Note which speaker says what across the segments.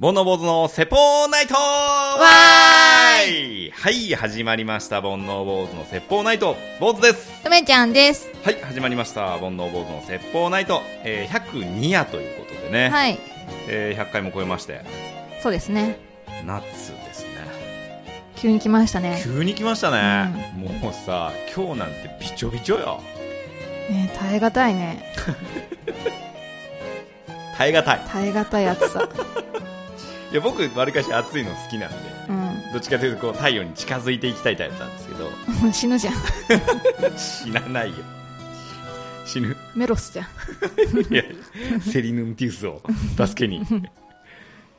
Speaker 1: 煩悩坊主のセポーナイトはいはい、始まりました。煩悩坊主の説法ナイト。坊主です。
Speaker 2: 梅ちゃんです。
Speaker 1: はい、始まりました。煩悩坊主の説法ナイト。えー、102夜ということでね。
Speaker 2: はい。
Speaker 1: えー、100回も超えまして、
Speaker 2: そうですね。
Speaker 1: 夏ですね。
Speaker 2: 急に来ましたね。
Speaker 1: 急に来ましたね。もうさ、今日なんてびちょびちょよ。
Speaker 2: ねえ耐え難いね。
Speaker 1: 耐え難い。
Speaker 2: 耐え難い暑 さ。
Speaker 1: いや、僕、わりかし暑いの好きなんで。
Speaker 2: う
Speaker 1: どっちかというとこう太陽に近づいていきたいタイプなんですけど
Speaker 2: ん。 死ぬじゃん。
Speaker 1: 死なないよ死ぬ
Speaker 2: メロスじゃん。
Speaker 1: いやセリヌンティウスを助けに今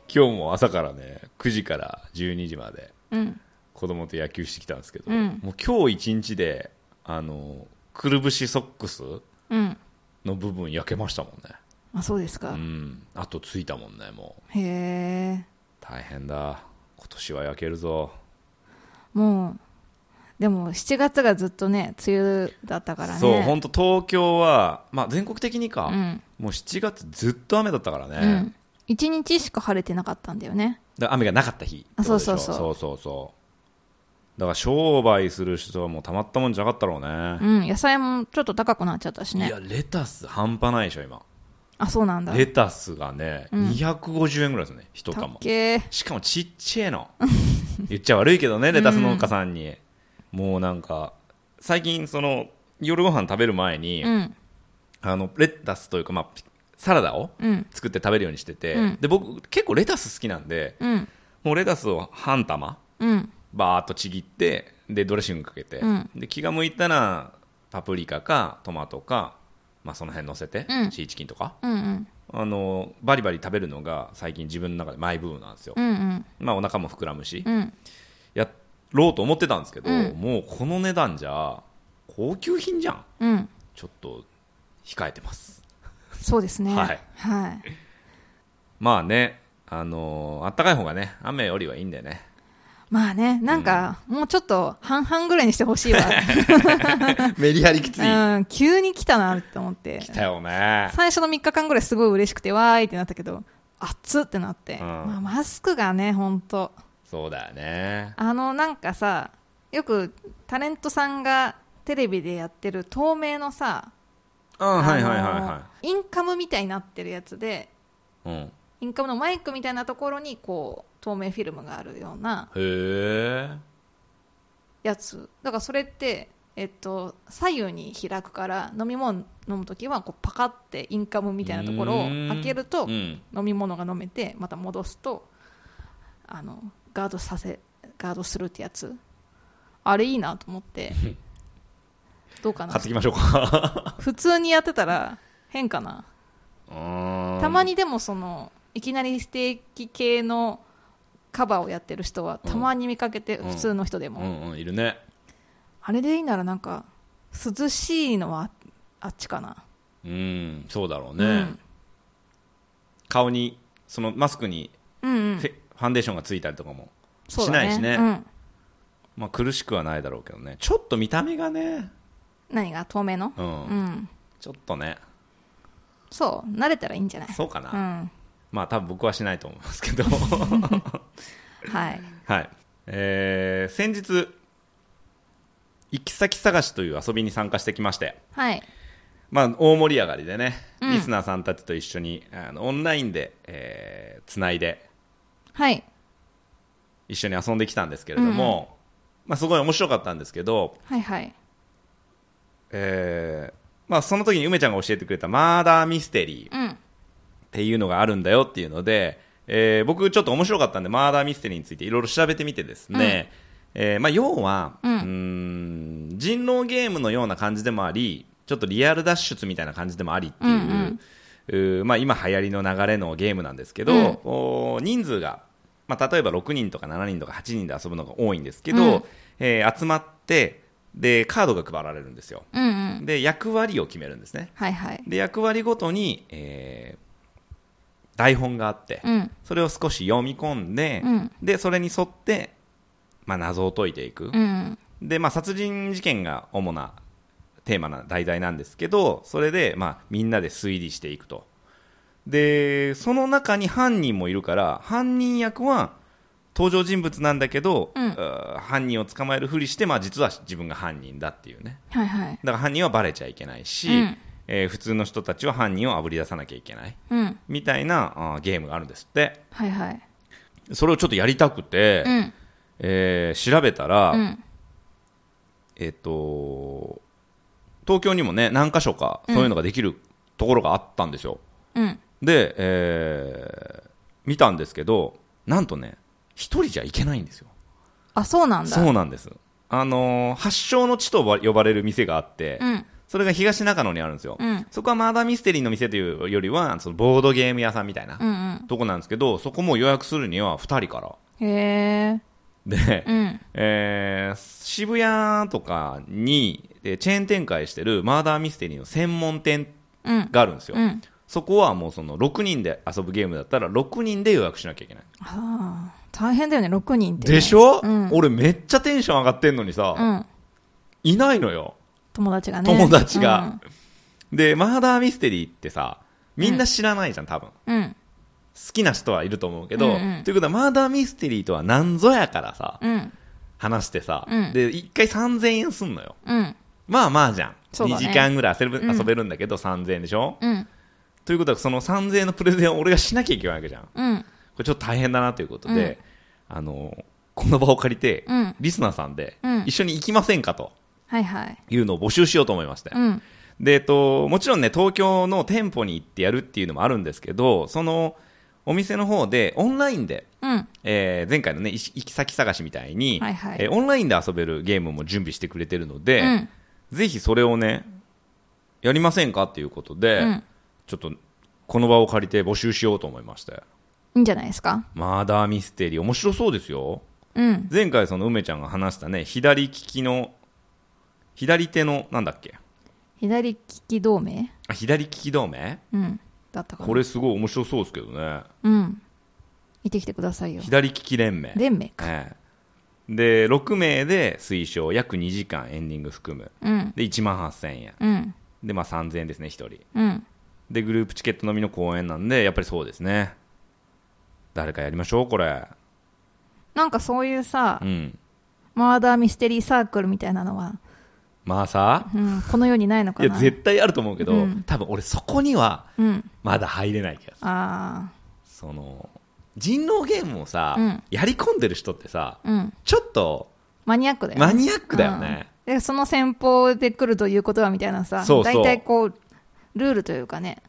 Speaker 1: 日も朝からね9時から12時まで
Speaker 2: うん。
Speaker 1: 子供と野球してきたんですけど、
Speaker 2: うん
Speaker 1: もう今日一日であのくるぶしソックス
Speaker 2: うん。
Speaker 1: の部分焼けましたもんね
Speaker 2: あ、そうですか。
Speaker 1: うんあとついたもんねもう
Speaker 2: へえ。
Speaker 1: 大変だ今年は焼けるぞ
Speaker 2: もう、でも7月がずっとね、梅雨だったからね。
Speaker 1: そう本当東京は、まあ、全国的にか、
Speaker 2: うん。
Speaker 1: もう7月ずっと雨だったからね、
Speaker 2: うん。一日しか晴れてなかったんだよね。
Speaker 1: だから雨がなかった日
Speaker 2: あそうそうそう
Speaker 1: ってことでしょそうそうそうだから商売する人はもうたまったもんじゃなかったろう
Speaker 2: う
Speaker 1: ね、
Speaker 2: ん。野菜もちょっと高くなっちゃったし
Speaker 1: い
Speaker 2: ね
Speaker 1: や。レタス半端ないでしょ今
Speaker 2: あ、そうなんだ。
Speaker 1: レタスがね、
Speaker 2: うん
Speaker 1: 250円ぐらいですね一
Speaker 2: た
Speaker 1: 玉
Speaker 2: っけー
Speaker 1: しかもちっちゃいの言っちゃ悪いけど ねレタス農家さんに、もうなんか最近その夜ご飯食べる前に、
Speaker 2: うん。
Speaker 1: あのレタスというか、まあ、サラダを
Speaker 2: うん。
Speaker 1: 作って食べるようにしてて、
Speaker 2: うん
Speaker 1: で僕結構レタス好きなんで
Speaker 2: うん。
Speaker 1: もうレタスを半玉
Speaker 2: うん。
Speaker 1: バーっとちぎってでドレッシングかけて、
Speaker 2: うん
Speaker 1: で気が向いたらパプリカかトマトか、まあ、その辺乗せて、
Speaker 2: うん
Speaker 1: シーチキンとか
Speaker 2: うん。うん。
Speaker 1: あのバリバリ食べるのが最近自分の中でマイブームなんですよ、
Speaker 2: うん。うん。
Speaker 1: まあ、お腹も膨らむし、
Speaker 2: うん。
Speaker 1: やろうと思ってたんですけど、
Speaker 2: うん
Speaker 1: もうこの値段じゃ高級品じゃん
Speaker 2: うん。
Speaker 1: ちょっと控えてます
Speaker 2: そうですね。
Speaker 1: はい。
Speaker 2: はい。
Speaker 1: まあねあのーあったかい方がね雨よりはいいんだよ ね
Speaker 2: まあね、なんか、もうちょっと半々ぐらいにしてほ しいわ。
Speaker 1: メリハリきつ
Speaker 2: うん、急に来たなって思って。
Speaker 1: 来たよね
Speaker 2: 最初の3日間ぐらいすごい嬉しくて、わーいってなったけど、熱っってなって。
Speaker 1: ん
Speaker 2: まあ、マスクがね、ほんと。
Speaker 1: そうだよね
Speaker 2: あの、なんかさ、よくタレントさんがテレビでやってる透明のさ、
Speaker 1: あはいはいはい
Speaker 2: あ
Speaker 1: は
Speaker 2: のインカムみたいになってるやつで、
Speaker 1: い、うん、
Speaker 2: インカムのマイクみたいなところに、こう、透明フィルムがあるような
Speaker 1: へえ
Speaker 2: やつだからそれって、えっと、左右に開くから飲み物飲む時はこうパカってインカムみたいなところを開けると
Speaker 1: う
Speaker 2: 飲
Speaker 1: ん
Speaker 2: み物が飲めてまた戻すとあのガードさせガードするってやつあれいいなと思って どうか
Speaker 1: 買
Speaker 2: な
Speaker 1: ってきましょうか
Speaker 2: 普通にやってたら変かなた
Speaker 1: た
Speaker 2: まにでもそのいきなりステーキ系のカバーをやってる人はたまに見かけて
Speaker 1: うん
Speaker 2: 普通の人でも
Speaker 1: うんうんいるね
Speaker 2: あれでいいならなんか涼しいのはあっちかな、
Speaker 1: うんそうだろうね、
Speaker 2: うん
Speaker 1: 顔にそのマスクに
Speaker 2: うんうん
Speaker 1: フェ、ファンデーションがついたりとかも、
Speaker 2: そ
Speaker 1: し
Speaker 2: うだ
Speaker 1: ないしね
Speaker 2: うん、
Speaker 1: まあ、苦しくはないだろうけどねちょっと見た目がね
Speaker 2: 何が透明の
Speaker 1: うん、
Speaker 2: うん
Speaker 1: ちょっとね
Speaker 2: そう慣れたらいいんじゃない
Speaker 1: そうかな、
Speaker 2: うん
Speaker 1: まあ多分僕はしないと思いますけ ど
Speaker 2: はい
Speaker 1: はいえー、先日行き先探しという遊びに参加してきまして
Speaker 2: はい
Speaker 1: まあ、大盛り上がりでね、
Speaker 2: うん
Speaker 1: リスナーさんたちと一緒にあのオンラインで、えー、つないで
Speaker 2: はい
Speaker 1: 一緒に遊んできたんですけれども、まあ、すごい面白かったんですけど、
Speaker 2: はいはい
Speaker 1: えーまあ、その時に梅ちゃんが教えてくれたマーダーミステリーっ
Speaker 2: うん
Speaker 1: ていうのがあるんだよっていうので、えー僕ちょっと面白かったんでマーダーミステリーについていろいろ調べてみてですね、えーまあ、要は、
Speaker 2: うん
Speaker 1: うーん人狼ゲームのような感じでもありちょっとリアル脱出みたいな感じでもありっていう。
Speaker 2: うんうん
Speaker 1: うーまあ、今流行りの流れのゲームなんですけど、
Speaker 2: うん
Speaker 1: おー人数が、まあ、例えば6人とか7人とか8人で遊ぶのが多いんですけど、
Speaker 2: うん
Speaker 1: えー集まってでカードが配られるんですよ
Speaker 2: うんうん
Speaker 1: で役割を決めるんですね
Speaker 2: はいはい
Speaker 1: で役割ごとに、えー台本があって、
Speaker 2: うん
Speaker 1: それを少し読み込んで、
Speaker 2: うん
Speaker 1: でそれに沿って、まあ、謎を解いていく、
Speaker 2: うん
Speaker 1: で、まあ、殺人事件が主なテーマな題材なんですけどそれで、まあ、みんなで推理していくとでその中に犯人もいるから犯人役は登場人物なんだけど、
Speaker 2: うん
Speaker 1: あー犯人を捕まえるふりして、まあ、実は自分が犯人だっていうね
Speaker 2: はいはい
Speaker 1: だから犯人はバレちゃいけないし、
Speaker 2: うん
Speaker 1: えー普通の人たちは犯人をあぶり出さなきゃいけない
Speaker 2: うん
Speaker 1: みたいなあーゲームがあるんですって
Speaker 2: はいはい
Speaker 1: それをちょっとやりたくて、
Speaker 2: うん
Speaker 1: えー調べたら、
Speaker 2: うん
Speaker 1: えっ、と東京にもね何か所かそういうのができるところがあったんですよ、
Speaker 2: うん
Speaker 1: で、えー見たんですけどなんとね一人じゃ行けないんですよ
Speaker 2: あそうなんだ
Speaker 1: そうなんですあのー発祥の地とば呼ばれる店があって、
Speaker 2: うん
Speaker 1: それが東中野にあるんですよ、
Speaker 2: うん
Speaker 1: そこはマーダーミステリーの店というよりはそのボードゲーム屋さんみたいな
Speaker 2: うん
Speaker 1: とこなんですけどそこも予約するには2人から
Speaker 2: うんへえ
Speaker 1: で、
Speaker 2: うん
Speaker 1: えー渋谷とかにえーチェーン展開してるマーダーミステリーの専門店
Speaker 2: うん
Speaker 1: があるんですよ、
Speaker 2: うん
Speaker 1: そこはもうその6人で遊ぶゲームだったら6人で予約しなきゃいけない
Speaker 2: あー大変だよね6人ってね
Speaker 1: でしょ、
Speaker 2: うん
Speaker 1: 俺めっちゃテンション上がってんのにさ、
Speaker 2: うん
Speaker 1: いないのよ
Speaker 2: 友達がね
Speaker 1: 友達が、でマーダーミステリーってさみんな知らないじゃん多分好
Speaker 2: うんうん
Speaker 1: きな人はいると思うけど、
Speaker 2: うんうん
Speaker 1: ということはマーダーミステリーとは何ぞやからさ
Speaker 2: うん
Speaker 1: 話してさ、
Speaker 2: うん
Speaker 1: で1回3000円すんのよ
Speaker 2: うん
Speaker 1: まあまあじゃん、
Speaker 2: そうだ
Speaker 1: 2
Speaker 2: ね
Speaker 1: 時間ぐらい遊べ,、
Speaker 2: うん
Speaker 1: 遊べるんだけど3000円でしょ
Speaker 2: うん
Speaker 1: ということはその3000円のプレゼンを俺がしなきゃいけないわけじゃんこ
Speaker 2: うん
Speaker 1: れちょっと大変だなということで、あのこの場を借りて、
Speaker 2: うん
Speaker 1: リスナーさんで
Speaker 2: うん
Speaker 1: 一緒に行きませんかと
Speaker 2: はいはい
Speaker 1: いうのを募集しようと思いまして、
Speaker 2: うん
Speaker 1: で、えっと、もちろんね、東京の店舗に行ってやるっていうのもあるんですけど、その、お店の方で、オンラインで、
Speaker 2: うん
Speaker 1: えー前回のね、い行き先探しみたいに、
Speaker 2: はいはい
Speaker 1: えーオンラインで遊べるゲームも準備してくれてるので、
Speaker 2: うん
Speaker 1: ぜひそれをね、やりませんかっていうことで、
Speaker 2: うん
Speaker 1: ちょっと、この場を借りて募集しようと思いまして。
Speaker 2: いいんじゃないですか
Speaker 1: マーダーミステリー、面白そうですよ。
Speaker 2: うん
Speaker 1: 前回、その梅ちゃんが話したね、左利きの、左手の、なんだっけ、
Speaker 2: 左利き同盟
Speaker 1: あ左利き同盟
Speaker 2: うんだったかな
Speaker 1: これすごい面白そうですけどね
Speaker 2: うん見てきてくださいよ
Speaker 1: 左利き連盟
Speaker 2: 連盟か
Speaker 1: ええで6名で推奨約2時間エンディング含む
Speaker 2: うん
Speaker 1: で1万8000円
Speaker 2: うん
Speaker 1: でまあ3000円ですね1人
Speaker 2: うん
Speaker 1: でグループチケットのみの公演なんでやっぱりそうですね誰かやりましょうこれ
Speaker 2: なんかそういうさ
Speaker 1: うん
Speaker 2: マーダーミステリーサークルみたいなのは、
Speaker 1: まあさ
Speaker 2: うん、この世にないの
Speaker 1: い
Speaker 2: か
Speaker 1: や
Speaker 2: な
Speaker 1: 絶対あると思うけど、
Speaker 2: うん
Speaker 1: 多分俺そこには
Speaker 2: うん
Speaker 1: まだ入れない気がする
Speaker 2: あ
Speaker 1: その人狼ゲームをさ、
Speaker 2: うん
Speaker 1: やり込んでる人ってさ
Speaker 2: あうん
Speaker 1: ちょっと
Speaker 2: マニアックだよね
Speaker 1: マニアックだよね、
Speaker 2: でその戦法で来るということはみたいなさ
Speaker 1: そうそう
Speaker 2: 大体こうルールというかね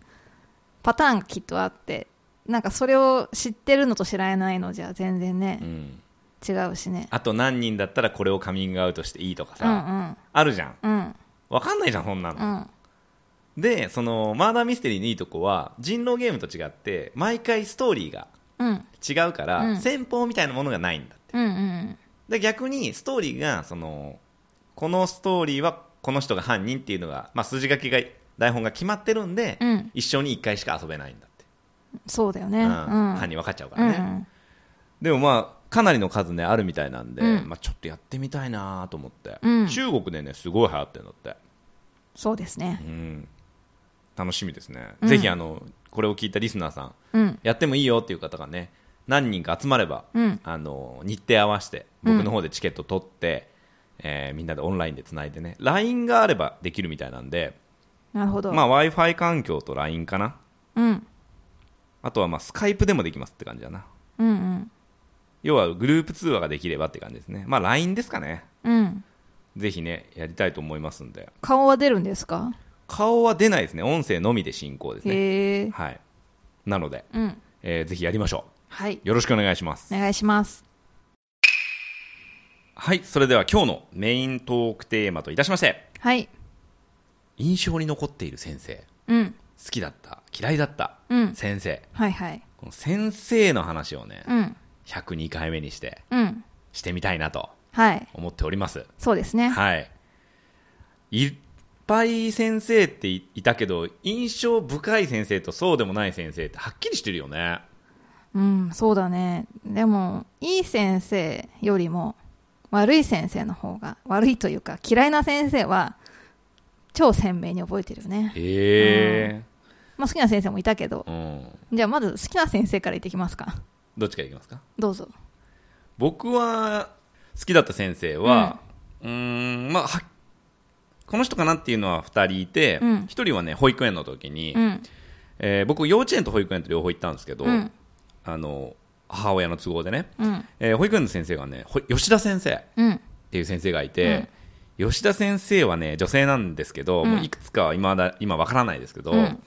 Speaker 2: パターンきっとあってなんかそれを知ってるのと知らないのじゃ全然ね
Speaker 1: う、ん
Speaker 2: 違うしね
Speaker 1: あと何人だったらこれをカミングアウトしていいとか
Speaker 2: う
Speaker 1: さ、
Speaker 2: ん
Speaker 1: あるじゃん
Speaker 2: うんうん
Speaker 1: わかんないじゃんそんな
Speaker 2: う
Speaker 1: の、
Speaker 2: ん
Speaker 1: でそのマーダーミステリーのいいとこは人狼ゲームと違って毎回ストーリーが
Speaker 2: うん
Speaker 1: 違うから、
Speaker 2: うん
Speaker 1: 戦法みたいなものがないんだ
Speaker 2: うんうん
Speaker 1: で逆にストーリーがそのこのストーリーはこの人が犯人っていうのが、まあ、筋書きが台本が決まってるんで、
Speaker 2: うん
Speaker 1: 一生に一回しか遊べないんだって、
Speaker 2: そうだよね
Speaker 1: う
Speaker 2: うんん
Speaker 1: 犯人分かっちゃうか
Speaker 2: う
Speaker 1: ら
Speaker 2: ん
Speaker 1: ね、でもまあかなりの数ねあるみたいなんで、
Speaker 2: うん
Speaker 1: まあ、ちょっとやってみたいなと思って、
Speaker 2: うん
Speaker 1: 中国でねすごい流行ってるんだって
Speaker 2: そうですね
Speaker 1: うん、楽しみですね、
Speaker 2: うん
Speaker 1: ぜひあのこれを聞いたリスナーさん
Speaker 2: うん
Speaker 1: やってもいいよっていう方がね何人か集まれば、
Speaker 2: うん
Speaker 1: あの日程合わせて僕の方でチケット取って、えーみんなでオンラインでつないでね LINE があればできるみたいなんで、
Speaker 2: なるほど、
Speaker 1: まあ、w i f i 環境と LINE かな
Speaker 2: うん
Speaker 1: あとはまあスカイプでもできますって感じだな
Speaker 2: うんうん
Speaker 1: 要はグループ通話ができればって感じですねまあ LINE ですかね
Speaker 2: うん
Speaker 1: ぜひねやりたいと思いますんで
Speaker 2: 顔は出るんですか
Speaker 1: 顔は出ないですね音声のみで進行ですね
Speaker 2: へえ
Speaker 1: はいなので、
Speaker 2: うん
Speaker 1: えーぜひやりましょう
Speaker 2: はい
Speaker 1: よろしくお願いします。
Speaker 2: お願いします
Speaker 1: はい、それでは今日のメイントークテーマといたしまして、
Speaker 2: はい
Speaker 1: 印象に残っている先生、
Speaker 2: うん
Speaker 1: 好きだった、嫌いだった、
Speaker 2: うん
Speaker 1: 先生。
Speaker 2: はいはい
Speaker 1: この先生の話をね、
Speaker 2: うん
Speaker 1: 102回目にして、
Speaker 2: うん
Speaker 1: してみたいなと
Speaker 2: はい
Speaker 1: 思っております。
Speaker 2: そうですね
Speaker 1: はい。いっぱい先生っていいたけど、印象深い先生とそうでもない先生ってはっきりしてるよね。
Speaker 2: うんそうだねでもいい先生よりも悪い先生の方が悪いというか嫌いな先生は超鮮明に覚えてるよね
Speaker 1: へえ。
Speaker 2: まあ、好きな先生もいたけど
Speaker 1: うん
Speaker 2: じゃあまず好きな先生から言ってきますか
Speaker 1: どっちからいきますか
Speaker 2: どうぞ
Speaker 1: 僕は好きだった先生はうーんまあはこの人かなっていうのは2人いて、
Speaker 2: うん
Speaker 1: 1人はね保育園の時に、
Speaker 2: うん
Speaker 1: えー僕幼稚園と保育園と両方行ったんですけど、
Speaker 2: うん
Speaker 1: あの母親の都合でね、
Speaker 2: うん
Speaker 1: えー保育園の先生がねほ吉田先生
Speaker 2: うん
Speaker 1: っていう先生がいて、吉田先生はね女性なんですけど、
Speaker 2: うん
Speaker 1: もういくつかは今だ今わからないですけど、
Speaker 2: うん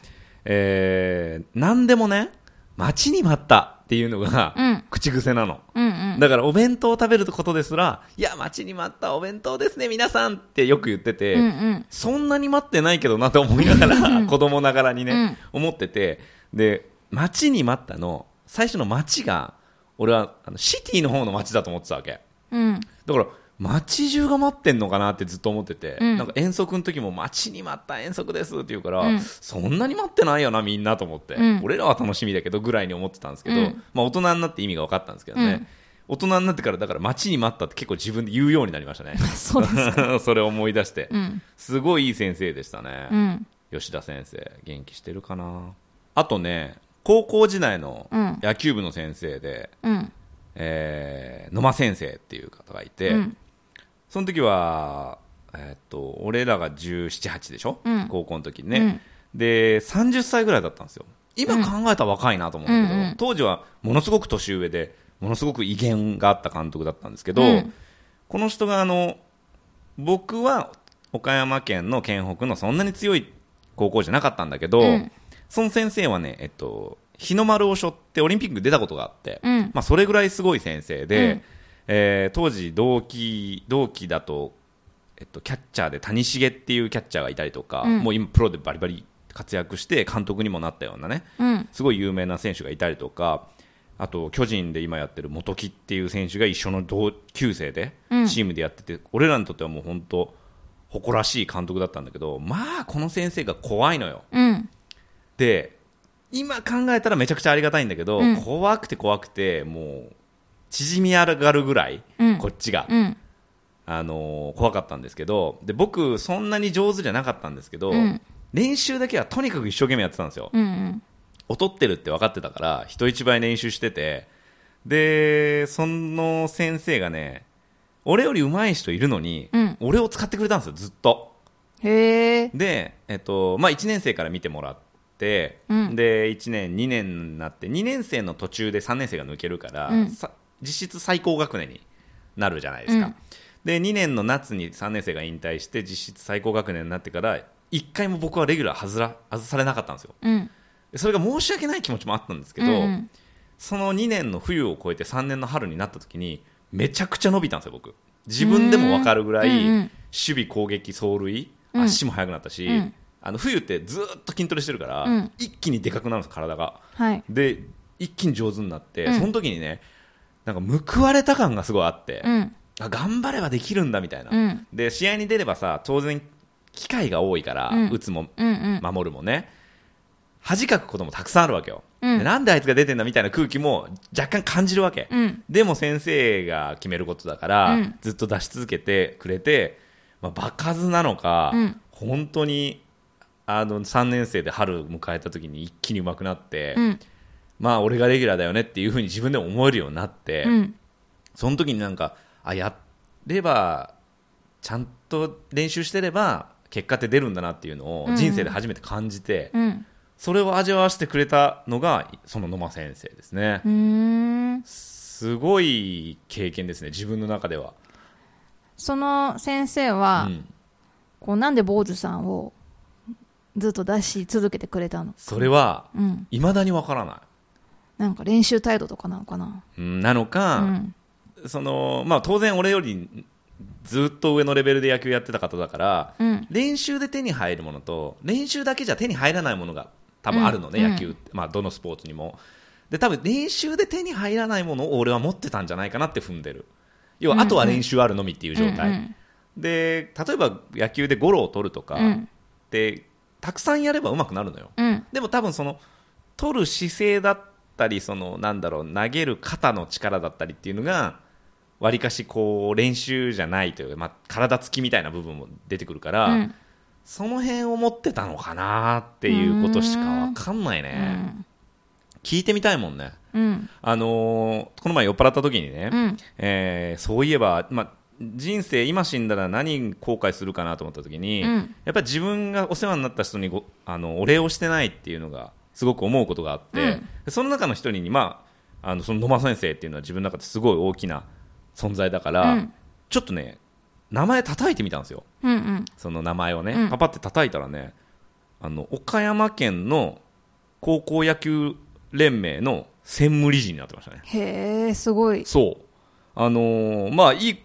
Speaker 1: えー何でもね待ちに待ったっていうのが、
Speaker 2: うん
Speaker 1: 口癖なの。
Speaker 2: うんうん
Speaker 1: だからお弁当を食べることですら、いや、待ちに待ったお弁当ですね、皆さんってよく言ってて、
Speaker 2: うんうん
Speaker 1: そんなに待ってないけどなと思いながら、子供ながらにね、思ってて、で、待ちに待ったの、最初の待ちが、俺はあのシティの方の待ちだと思ってたわけ。
Speaker 2: うん
Speaker 1: だから、街中が待ってんのかなってずっと思ってて、
Speaker 2: うん
Speaker 1: なんか遠足の時も待ちに待った遠足ですって言うから、
Speaker 2: うん
Speaker 1: そんなに待ってないよな、みんなと思って、
Speaker 2: うん
Speaker 1: 俺らは楽しみだけどぐらいに思ってたんですけど、
Speaker 2: うん
Speaker 1: まあ大人になって意味が分かったんですけどね、大人になってからだから待ちに待ったって結構自分で言うようになりました ね。
Speaker 2: そうです
Speaker 1: それを思い出して、
Speaker 2: うん
Speaker 1: すごいいい先生でしたね
Speaker 2: う、ん
Speaker 1: 吉田先生、元気してるかな。あとね、高校時代の
Speaker 2: うん
Speaker 1: 野球部の先生で、
Speaker 2: うん
Speaker 1: えー野間先生っていう方がいて、
Speaker 2: うん
Speaker 1: その時は、えーっと俺らが17、8でしょ、
Speaker 2: うん
Speaker 1: 高校の時ね、で30歳ぐらいだったんですよ今考えたら若いなと思うんだけど、
Speaker 2: うんうん
Speaker 1: 当時はものすごく年上でものすごく威厳があった監督だったんですけど、
Speaker 2: うん
Speaker 1: この人があの僕は岡山県の県北のそんなに強い高校じゃなかったんだけど、
Speaker 2: うん
Speaker 1: その先生はね、えっと、日の丸を背負ってオリンピックに出たことがあって、
Speaker 2: うん
Speaker 1: まあ、それぐらいすごい先生で、
Speaker 2: うん
Speaker 1: えー当時同期同期だと、えっと、キャッチャーで谷繁っていうキャッチャーがいたりとか、
Speaker 2: うん
Speaker 1: もう今プロでバリバリ活躍して監督にもなったようなね
Speaker 2: うん
Speaker 1: すごい有名な選手がいたりとかあと巨人で今やってる元木っていう選手が一緒の同級生で
Speaker 2: うん
Speaker 1: チームでやってて、俺らにとってはもう本当誇らしい監督だったんだけどまあこの先生が怖いのよ。
Speaker 2: うん
Speaker 1: で今考えたらめちゃくちゃありがたいんだけど、
Speaker 2: うん
Speaker 1: 怖くて怖くてもう縮み上がるぐらい、
Speaker 2: うん
Speaker 1: こっちが、
Speaker 2: うん
Speaker 1: あのー怖かったんですけどで僕そんなに上手じゃなかったんですけど、
Speaker 2: うん
Speaker 1: 練習だけはとにかく一生懸命やってたんですよ、
Speaker 2: うん
Speaker 1: 劣ってるって分かってたから人一倍練習しててでその先生がね俺より上手い人いるのに、
Speaker 2: うん
Speaker 1: 俺を使ってくれたんですよずっと
Speaker 2: へえ
Speaker 1: で、えっとまあ、1年生から見てもらって、
Speaker 2: うん
Speaker 1: で1年2年になって2年生の途中で3年生が抜けるから、
Speaker 2: うん
Speaker 1: さ実質最高学年になるじゃないですか、
Speaker 2: うん
Speaker 1: で2年の夏に3年生が引退して実質最高学年になってから1回も僕はレギュラー外ら外されなかったんですよ
Speaker 2: うん
Speaker 1: でそれが申し訳ない気持ちもあったんですけど、
Speaker 2: うん
Speaker 1: その2年の冬を越えて3年の春になった時にめちゃくちゃ伸びたんですよ僕自分でも分かるぐらい
Speaker 2: うんうんうん
Speaker 1: 守備攻撃走塁
Speaker 2: うん
Speaker 1: 足も速くなったし、
Speaker 2: うん
Speaker 1: あの冬ってずーっと筋トレしてるから、
Speaker 2: うん
Speaker 1: 一気にでかくなるんです体が
Speaker 2: はい
Speaker 1: で一気に上手になって、
Speaker 2: うん
Speaker 1: その時にねなんか報われた感がすごいあって、
Speaker 2: うん
Speaker 1: あ頑張ればできるんだみたいな、
Speaker 2: うん
Speaker 1: で試合に出ればさ当然機会が多いから、
Speaker 2: うん
Speaker 1: 打つも
Speaker 2: うんうん
Speaker 1: 守るもね恥かくこともたくさんあるわけよ、
Speaker 2: うん
Speaker 1: でなんであいつが出てんだみたいな空気も若干感じるわけ、
Speaker 2: うん
Speaker 1: でも先生が決めることだから、
Speaker 2: うん
Speaker 1: ずっと出し続けてくれて、まあ、場数なのか、
Speaker 2: うん
Speaker 1: 本当にあの3年生で春迎えた時に一気に上手くなって、
Speaker 2: うん
Speaker 1: まあ俺がレギュラーだよねっていうふうに自分でも思えるようになって、
Speaker 2: うん
Speaker 1: その時になんかあやればちゃんと練習してれば結果って出るんだなっていうのを人生で初めて感じて、
Speaker 2: うん
Speaker 1: それを味わわせてくれたのがその野間先生ですね、
Speaker 2: うーん
Speaker 1: すごい経験ですね自分の中では、
Speaker 2: その先生
Speaker 1: う
Speaker 2: は、
Speaker 1: ん、
Speaker 2: こうなんで坊主さんをずっと出し続けてくれたの
Speaker 1: それは
Speaker 2: うん
Speaker 1: 未だにわからな、
Speaker 2: なんか練習態度とかなのかな
Speaker 1: う
Speaker 2: い
Speaker 1: んなの
Speaker 2: う
Speaker 1: か、
Speaker 2: ん
Speaker 1: そのまあ、当然俺よりずっと上のレベルで野球やってた方だから、
Speaker 2: うん
Speaker 1: 練習で手に入るものと練習だけじゃ手に入らないものが多分あるのね、
Speaker 2: うん
Speaker 1: 野球って、まあ、どのスポーツにもで多分練習で手に入らないものを俺は持ってたんじゃないかなって踏んでる要はあとは練習あるのみっていう状態、
Speaker 2: うん
Speaker 1: で例えば野球でゴロを取るとか
Speaker 2: うんうん
Speaker 1: って、たくさんやれば上手くなるのよ
Speaker 2: うん
Speaker 1: でも多分その取る姿勢だったりそのなんだろう投げる肩の力だったりっていうのがわりかしこう練習じゃないというか、まあ、体つきみたいな部分も出てくるから、
Speaker 2: うん
Speaker 1: その辺を持ってたのかなっていうことしかわかんないね。聞いてみたいもんね。
Speaker 2: うん
Speaker 1: あのーこの前酔っ払った時にね、
Speaker 2: うん
Speaker 1: えーそういえば、まあ、人生今死んだら何後悔するかなと思った時に、
Speaker 2: うん
Speaker 1: やっぱり自分がお世話になった人にごあのお礼をしてないっていうのがすごく思うことがあって、
Speaker 2: うん
Speaker 1: その中の一人に、まあ、あのその野間先生っていうのは自分の中ですごい大きな存在だから、
Speaker 2: うん
Speaker 1: ちょっとね名前叩いてみたんですよ
Speaker 2: うんうん
Speaker 1: その名前をね、
Speaker 2: うん
Speaker 1: パパって叩いたらねあの岡山県の高校野球連盟の専務理事になってましたね
Speaker 2: へえすごい
Speaker 1: そう。あのーまあ、いい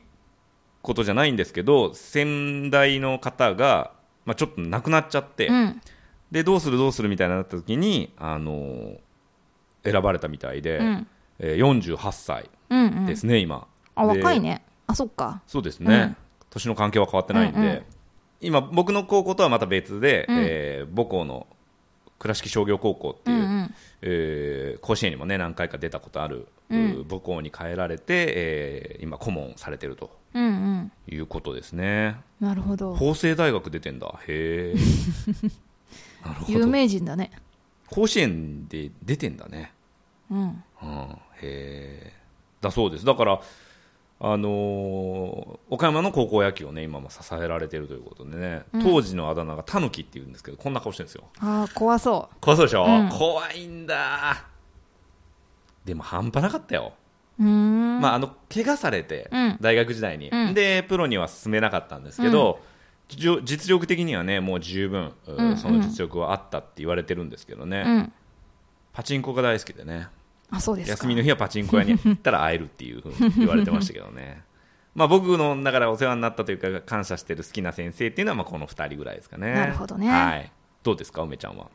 Speaker 1: ことじゃないんですけど、先代の方が、まあ、ちょっと亡くなっちゃって、
Speaker 2: うん
Speaker 1: で、どうするどうするみたいになった時に、あのー選ばれたみたいで、
Speaker 2: うん
Speaker 1: えー48歳
Speaker 2: うんうん
Speaker 1: ですね、今。
Speaker 2: あ
Speaker 1: で
Speaker 2: 若いねあそっか
Speaker 1: そうです
Speaker 2: う
Speaker 1: ね
Speaker 2: ん。
Speaker 1: 年の関係は変わってないんで、
Speaker 2: うんうん
Speaker 1: 今、僕の高校とはまた別で、
Speaker 2: うん
Speaker 1: えー母校の倉敷商業高校って
Speaker 2: う
Speaker 1: い
Speaker 2: ん
Speaker 1: う、
Speaker 2: うん
Speaker 1: えー甲子園にもね何回か出たことある、
Speaker 2: うん
Speaker 1: う母校に帰られて、えー今顧問されてると
Speaker 2: うんうん
Speaker 1: いうことですね
Speaker 2: なるほど
Speaker 1: 法政大学出てんだへえ なるほ
Speaker 2: 有
Speaker 1: ど
Speaker 2: 名人だね
Speaker 1: 甲子園で出てんだね、
Speaker 2: うん
Speaker 1: うん、へえだそうですだからあのー岡山の高校野球をね今も支えられてるということでね、
Speaker 2: うん
Speaker 1: 当時のあだ名がタヌキっていうんですけどこんな顔してるんですよ
Speaker 2: あー怖そ
Speaker 1: 怖そうでしょ、
Speaker 2: うん
Speaker 1: 怖いんだでも半端なかったよ
Speaker 2: ううーん
Speaker 1: まあ、あの怪我されて、
Speaker 2: うん
Speaker 1: 大学時代に、
Speaker 2: うん
Speaker 1: でプロには進めなかったんですけど、じょ実力的にはねもう十分、う
Speaker 2: うんうん
Speaker 1: その実力はあったって言われてるんですけどね、
Speaker 2: うん
Speaker 1: パチンコが大好きでね
Speaker 2: あそうですか
Speaker 1: 休みの日はパチンコ屋に行った ら会えるっていうふうに言われてましたけどねまあ僕のだからお世話になったというか感謝してる好きな先生っていうのはまあこの2人ぐらいですかね
Speaker 2: なるほどね
Speaker 1: はい、どうですか梅ちゃんは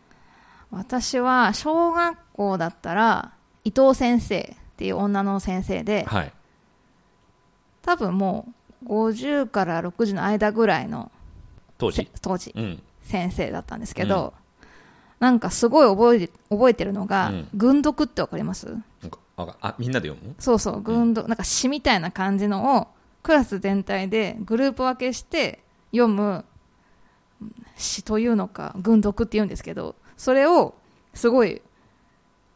Speaker 2: 私は小学校だったら伊藤先生っていう女の先生で
Speaker 1: はい
Speaker 2: 多分もう50から60の間ぐらいの
Speaker 1: 当
Speaker 2: せ
Speaker 1: 時
Speaker 2: 当時
Speaker 1: うん
Speaker 2: 先生だったんですけど、なんかすごい覚えて覚えてるのが、
Speaker 1: うん
Speaker 2: 軍読ってわかります
Speaker 1: なんかああみんなで読む
Speaker 2: そうそう軍読、なんか詩みたいな感じのをクラス全体でグループ分けして読む詩というのか軍読って言うんですけどそれをすごい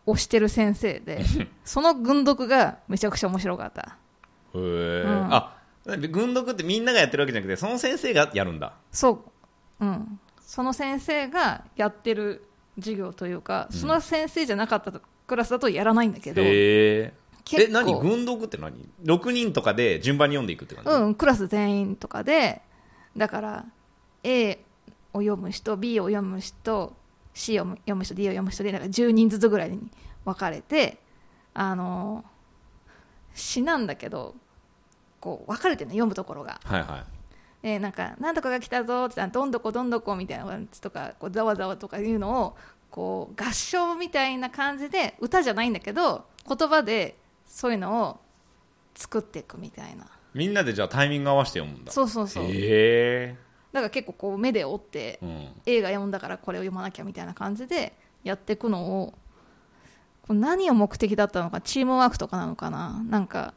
Speaker 2: 推してる先生でその軍読がめちゃくちゃ面白かった
Speaker 1: へえ、
Speaker 2: うん
Speaker 1: あ軍読ってみんながやってるわけじゃなくてその先生がやるんだ
Speaker 2: そう、うん、その先生がやってる授業というか、その先生じゃなかったクラスだとやらないんだけど、
Speaker 1: へええ
Speaker 2: 結構
Speaker 1: 何軍読って何6人とかで順番に読んでいくって感じ、
Speaker 2: うん、クラス全員とかでだから A を読む人 B を読む人 C を読む人 D を読む人でなんか10人ずつぐらいに分かれてあの詩なんだけどこう分かれてるの読むところが
Speaker 1: はいは
Speaker 2: えーなんか何とかが来たぞって言ったらどんどこどんどこみたいな感じとかこうざわざわとかいうのをこう合唱みたいな感じで歌じゃないんだけど言葉でそういうのを作っていくみたいない
Speaker 1: みんなでじゃあタイミング合わせて読むんだ
Speaker 2: そうそうそうだ
Speaker 1: へ
Speaker 2: から結構こう目で追って
Speaker 1: え、うん、
Speaker 2: 映画読んだからこれを読まなきゃみたいな感じでやっていくのをこう何を目的だったのかチームワークとかなのかななんか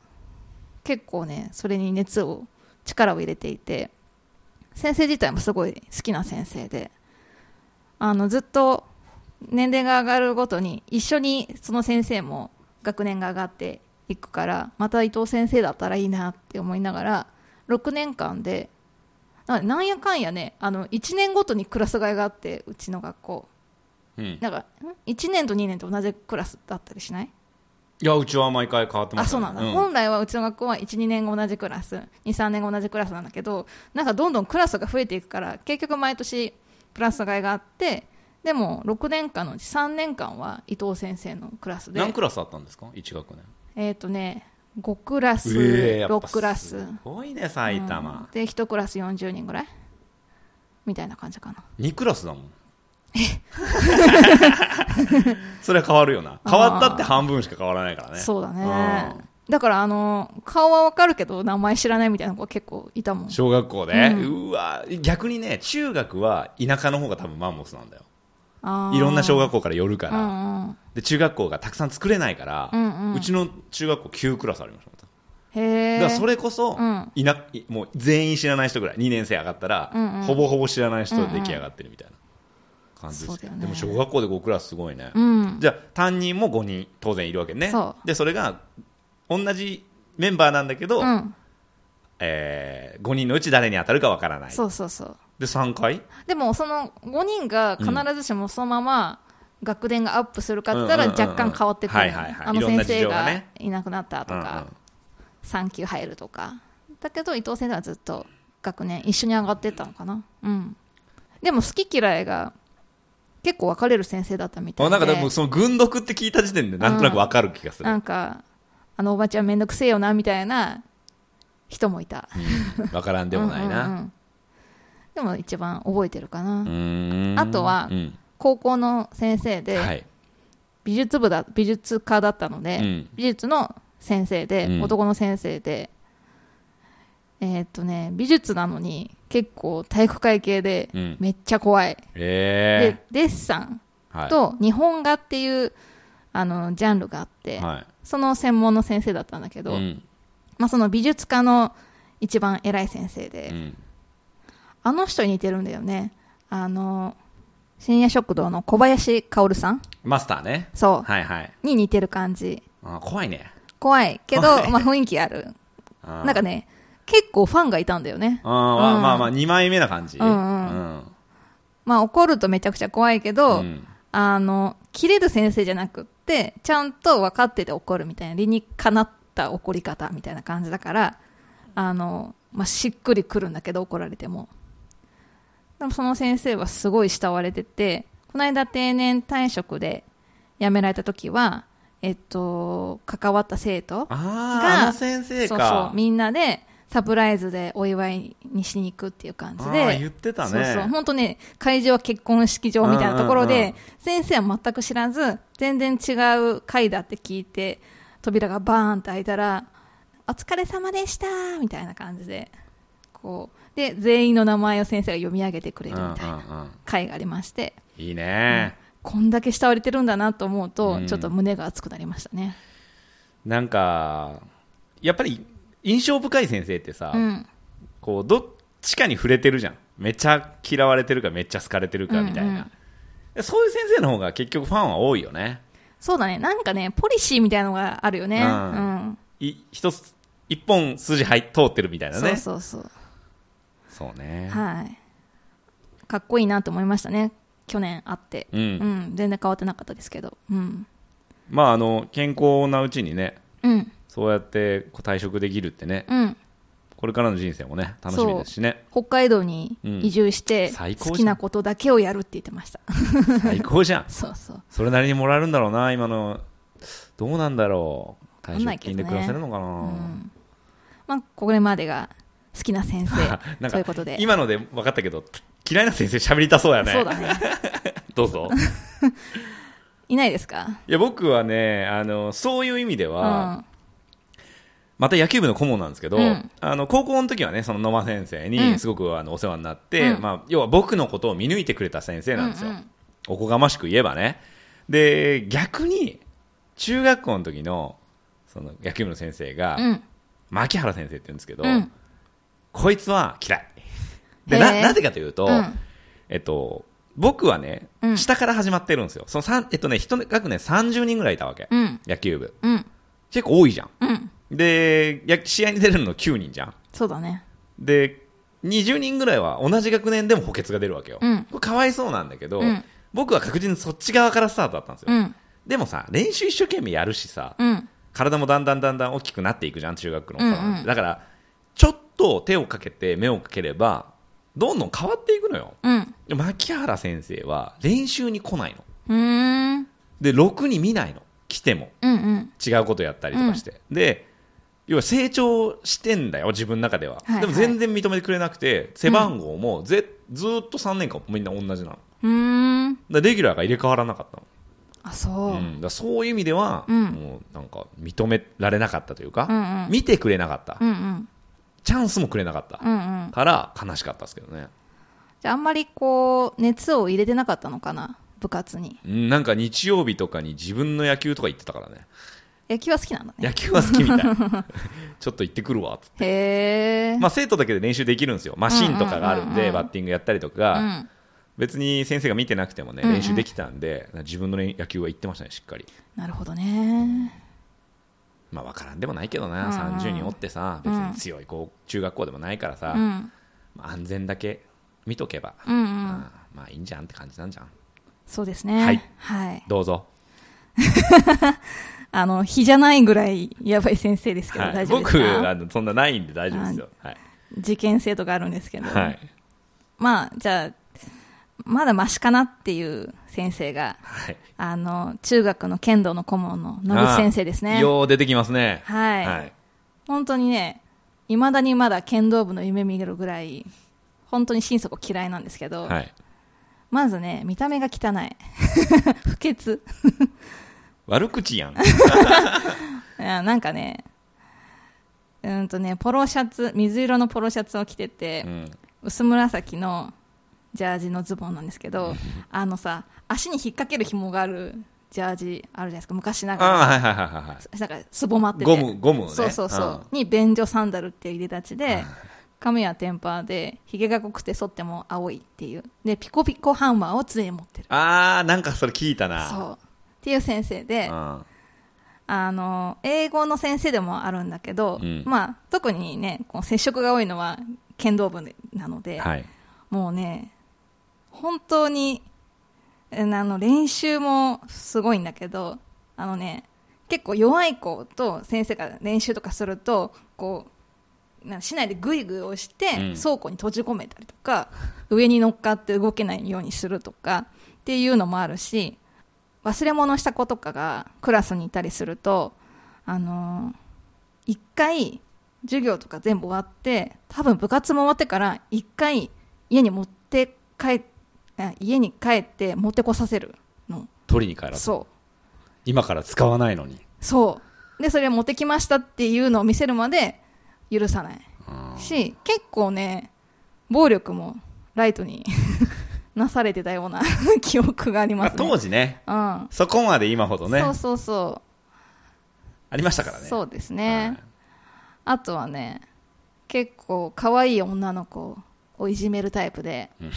Speaker 2: 結構ねそれに熱を力を入れていて先生自体もすごい好きな先生であのずっと年齢が上がるごとに一緒にその先生も学年が上がっていくからまた伊藤先生だったらいいなって思いながら6年間でななんやかんやねあの1年ごとにクラス替えがあってうちの学校
Speaker 1: うん、い
Speaker 2: だからん1年と2年と同じクラスだったりしない
Speaker 1: やうちは毎回変わってま
Speaker 2: あ
Speaker 1: す
Speaker 2: そう
Speaker 1: ね
Speaker 2: なんだ、本来はうちの学校は12年が同じクラス23年が同じクラスなんだけどなんかどんどんクラスが増えていくから結局毎年クラス替えがあってでも6年間のうち3年間は伊藤先生のクラスで
Speaker 1: 何クラスあったんですか1学年
Speaker 2: えっ、とね5クラス、
Speaker 1: ええやっぱ
Speaker 2: 6クラス、
Speaker 1: すごいね埼
Speaker 2: うん
Speaker 1: 玉、
Speaker 2: で1クラス40人ぐらいみたいな感じかな
Speaker 1: 二2クラスだもん それは変わるよな変わったって半分しか変わらないからね
Speaker 2: そうだ
Speaker 1: う
Speaker 2: ね
Speaker 1: ん。
Speaker 2: だから、あの、顔はわかるけど、名前知らないみたいな子が結構いたもん。
Speaker 1: 小学校で、う
Speaker 2: う
Speaker 1: わ逆にね中学は田舎の方が多分マンモスなんだよ
Speaker 2: あー
Speaker 1: いろんな小学校から寄るか
Speaker 2: う
Speaker 1: ら、
Speaker 2: んうん。
Speaker 1: で中学校がたくさん作れないから、
Speaker 2: うんうん
Speaker 1: ちの中学校9クラスありましただ
Speaker 2: へえ
Speaker 1: からそれこそ、
Speaker 2: うん
Speaker 1: いないもう全員知らない人ぐらい2年生上がったら、
Speaker 2: うんうん
Speaker 1: ほぼほぼ知らない人で出来上がってるみたいな感じです
Speaker 2: そうだ
Speaker 1: ね
Speaker 2: よね
Speaker 1: でも小学校で5クラスすごいね、
Speaker 2: うん
Speaker 1: じゃあ担任も5人当然いるわけね
Speaker 2: そ
Speaker 1: でそれが同じメンバーなんだけど、
Speaker 2: うん
Speaker 1: え5人のうち誰に当たるかわからない
Speaker 2: そうそうそう
Speaker 1: で3回
Speaker 2: でもその5人が必ずしもそのまま学年がアップするかって言ったら
Speaker 1: うんうんうんうん
Speaker 2: 若干変わってくるのよ
Speaker 1: はいはいはい
Speaker 2: あの
Speaker 1: いろんな
Speaker 2: 先
Speaker 1: 事
Speaker 2: 生
Speaker 1: 情が
Speaker 2: が
Speaker 1: ね
Speaker 2: いなくなったと
Speaker 1: うん
Speaker 2: か
Speaker 1: うん
Speaker 2: 産休入るとかだけど伊藤先生はずっと学年一緒に上がってったのかなうんでも好き嫌いが結構分かれる先生だったみたい
Speaker 1: あ
Speaker 2: で
Speaker 1: なんかでもその軍読って聞いた時点でなんとなくわかる気がする
Speaker 2: な
Speaker 1: わ、
Speaker 2: んかあのおばちゃんめんどくせえよなみたいな人もいた
Speaker 1: うんわからんでもないな
Speaker 2: うんうんうんでも一番覚えてるかな、
Speaker 1: うーん
Speaker 2: あとは
Speaker 1: うん
Speaker 2: 高校の先生で、
Speaker 1: はい
Speaker 2: 美術部だ美術科だったので、
Speaker 1: うん
Speaker 2: 美術の先生で、
Speaker 1: うん
Speaker 2: 男の先生でえーっとね美術なのに結構体育会系で
Speaker 1: うん
Speaker 2: めっちゃ怖い、
Speaker 1: え
Speaker 2: でデッサン
Speaker 1: ーはい
Speaker 2: と日本画っていうあのジャンルがあって、
Speaker 1: はい
Speaker 2: その専門の先生だったんだけど、
Speaker 1: うん
Speaker 2: まあ、その美術科の一番偉い先生で、
Speaker 1: うん
Speaker 2: あの人に似てるんだよねあの深夜食堂の小林薫さん
Speaker 1: マスターね
Speaker 2: そう、
Speaker 1: はいはい
Speaker 2: に似てる感じ
Speaker 1: あ怖いね
Speaker 2: 怖いけど、
Speaker 1: 怖い
Speaker 2: まあ雰囲気ある。
Speaker 1: な
Speaker 2: なんかね、結構ファンがいたんだよね。
Speaker 1: あーまあ
Speaker 2: うん
Speaker 1: まあまあ2枚目な感じ
Speaker 2: うんうんまあ怒るとめちゃくちゃ怖いけ
Speaker 1: う
Speaker 2: ど、
Speaker 1: ん
Speaker 2: あの、切れる先生じゃなくって、ちゃんと分かってて怒るみたいな、理にかなった怒り方みたいな感じだから、あの、まあしっくりくるんだけど怒られても。でもその先生はすごい慕われてて、この間定年退職で辞められた時は、えっと、関わった生徒
Speaker 1: あ
Speaker 2: が
Speaker 1: ああの先生
Speaker 2: そうそ
Speaker 1: か
Speaker 2: うみんなでサプライズでお祝いにしに行くっていう感じ
Speaker 1: あ
Speaker 2: で
Speaker 1: ー言ってたね
Speaker 2: そうそう本当ね会場は結婚式場みたいなとこ
Speaker 1: う
Speaker 2: ろ
Speaker 1: んうんう
Speaker 2: で
Speaker 1: ん
Speaker 2: 先生は全く知らず全然違う会だって聞いて扉がバーンと開いたら「お疲れ様でした」みたいな感じでこうで全員の名前を先生が読み上げてくれるみたいな
Speaker 1: うんうんうん
Speaker 2: 会がありまして、
Speaker 1: いいね
Speaker 2: こんだけ慕われてるんだなと思うと、
Speaker 1: うん
Speaker 2: ちょっと胸が熱くなりましたね。
Speaker 1: なんかやっぱり印象深い先生ってさ
Speaker 2: うん
Speaker 1: こうどっちかに触れてるじゃんめっちゃ嫌われてるかめっちゃ好かれてるかみたい
Speaker 2: うんうん
Speaker 1: なでそういう先生の方が結局ファンは多いよね
Speaker 2: そうだね。なんかね、ポリシーみたいなのがあるよね。
Speaker 1: う
Speaker 2: う
Speaker 1: んん。い一つ一本筋入っ通ってるみたいな
Speaker 2: そう
Speaker 1: ね
Speaker 2: そうそう。
Speaker 1: そうね
Speaker 2: はい。かっこいいなと思いましたね。去年会って。
Speaker 1: うん
Speaker 2: うん。全然変わってなかったですけど。うん。
Speaker 1: まああの健康なうちにね
Speaker 2: うん。
Speaker 1: そうやってこう退職できるってね
Speaker 2: うん。
Speaker 1: これからの人生もね楽しみですしね
Speaker 2: 北海道に移住して、
Speaker 1: うん最高じゃん
Speaker 2: 好きなことだけをやるって言ってました。
Speaker 1: 最高じゃん
Speaker 2: そうそう。
Speaker 1: それなりにもらえるんだろうな今のどうなんだろう退
Speaker 2: わかんない
Speaker 1: 職
Speaker 2: けど
Speaker 1: 金
Speaker 2: ね
Speaker 1: で暮らせるのかな
Speaker 2: うん。まあ、これまでが好きな先
Speaker 1: な
Speaker 2: 生
Speaker 1: ん
Speaker 2: とい
Speaker 1: か
Speaker 2: うことで。
Speaker 1: 今ので分かったけど嫌いな先生喋りたそうや ね
Speaker 2: そうだね。
Speaker 1: どうぞ
Speaker 2: いないですか
Speaker 1: いや僕はねあのそういう意味では、また野球部の顧問なんですけど、
Speaker 2: うん
Speaker 1: あの高校の時はねその野間先生
Speaker 2: うん
Speaker 1: にすごくあのお世話になって、
Speaker 2: うん
Speaker 1: まあ、要は僕のことを見抜いてくれた先生
Speaker 2: うん。
Speaker 1: なんですよ、
Speaker 2: うんうん
Speaker 1: おこがましく言えばねで逆に中学校の時のその野球部の先生が、
Speaker 2: うん。
Speaker 1: 牧原先生って言うんですけど、
Speaker 2: うん
Speaker 1: こいつは嫌いでな
Speaker 2: へー
Speaker 1: なぜかというと、
Speaker 2: うん
Speaker 1: えっと、僕はね、
Speaker 2: うん
Speaker 1: 下から始まってるんですよ。その三えっとね、一学年30人ぐらいいたわけ。
Speaker 2: うん。
Speaker 1: 野球部。
Speaker 2: うん。
Speaker 1: 結構多いじゃん。
Speaker 2: うん。
Speaker 1: で、や試合に出るの9人じゃん。
Speaker 2: そうだね。
Speaker 1: で、20人ぐらいは同じ学年でも補欠が出るわけよ。
Speaker 2: うん
Speaker 1: これかわいそうなんだけど、
Speaker 2: うん
Speaker 1: 僕は確実にそっち側からスタートだったんですよ。
Speaker 2: うん。
Speaker 1: でもさ、練習一生懸命やるしさ、
Speaker 2: うん。
Speaker 1: 体もだんだんだんだん大きくなっていくじゃん、中学の頃なんて
Speaker 2: うんうん
Speaker 1: だから、ちょっと手をかけて目をかければ、どんどん変わっていくのよ。
Speaker 2: うん。
Speaker 1: で牧原先生は練習に来ないの。
Speaker 2: うーん。
Speaker 1: で、ろくに見ないの。来ても。
Speaker 2: うんうん。
Speaker 1: 違うことやったりとかして。で、要は成長してんだよ、自分の中では。
Speaker 2: いはい
Speaker 1: でも全然認めてくれなくて、背番号もぜ、ずーっと3年間みんな同じなの。
Speaker 2: うーん。
Speaker 1: でレギュラーが入れ替わらなかったの。
Speaker 2: あ、そう。
Speaker 1: うん、だからそういう意味では、
Speaker 2: うん
Speaker 1: もうなんか認められなかったというか、
Speaker 2: うんうん
Speaker 1: 見てくれなかった、
Speaker 2: うんうん。
Speaker 1: チャンスもくれなかった、
Speaker 2: うんうん。
Speaker 1: から悲しかったですけどね、
Speaker 2: じゃあ、あんまりこう、熱を入れてなかったのかな、部活に。
Speaker 1: うんなんか日曜日とかに自分の野球とか行ってたからね
Speaker 2: 野球は好きなんだね
Speaker 1: 野球は好きみたい ちょっと行ってくるわっつって
Speaker 2: へえ、
Speaker 1: まあ、生徒だけで練習できるんですよマシンとかがあるん
Speaker 2: うんうんうんう
Speaker 1: で
Speaker 2: ん
Speaker 1: バッティングやったりとか、
Speaker 2: うん、
Speaker 1: 別に先生が見てなくてもね
Speaker 2: うんうん
Speaker 1: 練習できたんで、自分の練野球は行ってましたねしっかり
Speaker 2: なるほどね
Speaker 1: まあ分からんでもないけどな、
Speaker 2: うんうん
Speaker 1: 30人おってさ別に強い高中学校でもないからさ、
Speaker 2: うん
Speaker 1: まあ安全だけ見とけば、
Speaker 2: うんうん
Speaker 1: まあまあいいんじゃんって感じなんじゃん
Speaker 2: そうですね
Speaker 1: はい
Speaker 2: はい
Speaker 1: どうぞ、
Speaker 2: あの日じゃないぐらいやばい先生ですけど、
Speaker 1: は
Speaker 2: 大
Speaker 1: い、
Speaker 2: 丈夫です
Speaker 1: 僕あ
Speaker 2: か
Speaker 1: のそんなないんで大丈夫ですよはい、
Speaker 2: 事件生とかあるんですけど、
Speaker 1: はい、
Speaker 2: まあじゃあまだマシかなっていう先生が
Speaker 1: はい
Speaker 2: あの中学の剣道の顧問の野口先生ですね
Speaker 1: よう出てきますね
Speaker 2: はい、
Speaker 1: はい
Speaker 2: 本当にねいまだにまだ剣道部の夢見るぐらい本当に心底嫌いなんですけど、
Speaker 1: はい
Speaker 2: まずね見た目が汚い 不潔
Speaker 1: 悪口やん
Speaker 2: いやなんかねうーんとねポロシャツ水色のポロシャツを着てて、
Speaker 1: うん
Speaker 2: 薄紫のジャージのズボンなんですけどあのさ足に引っ掛ける紐があるジャージあるじゃないですか昔ながら
Speaker 1: ああはいはいはいはいはい
Speaker 2: なんかすぼまってて
Speaker 1: ゴムゴムをね
Speaker 2: そうそうそう、に便所サンダルっていう入れ立ちで髪はテンパーでひげが濃くて剃っても青いっていうでピコピコハンマーを杖に持ってる
Speaker 1: あーなんかそれ聞いたな
Speaker 2: そうっていう先生で
Speaker 1: うん
Speaker 2: あの英語の先生でもあるんだけど、
Speaker 1: うん
Speaker 2: まあ、特にねこう接触が多いのは剣道部なので、
Speaker 1: はい
Speaker 2: もうね本当にえあの練習もすごいんだけどあのね結構弱い子と先生が練習とかするとこうなんか市内でグイグイ押して
Speaker 1: うん
Speaker 2: 倉庫に閉じ込めたりとか、上に乗っかって動けないようにするとかっていうのもあるし忘れ物した子とかがクラスにいたりするとあのー一回授業とか全部終わって多分部活も終わってから一回家に持って帰あ家に帰って持ってこさせるの
Speaker 1: 取りに帰らず
Speaker 2: そ
Speaker 1: 今から使わないのに
Speaker 2: うそうでそれを持ってきましたっていうのを見せるまで許さない
Speaker 1: うん
Speaker 2: し結構ね暴力もライトに なされてたような 記憶があり
Speaker 1: まあ
Speaker 2: ますね、
Speaker 1: 当時ね
Speaker 2: うん
Speaker 1: そこまで今ほどね
Speaker 2: そうそうそ
Speaker 1: ありました
Speaker 2: う、
Speaker 1: からね
Speaker 2: そうです
Speaker 1: はい
Speaker 2: ね、あとはね結構可愛い女の子をいじめるタイプで、
Speaker 1: うん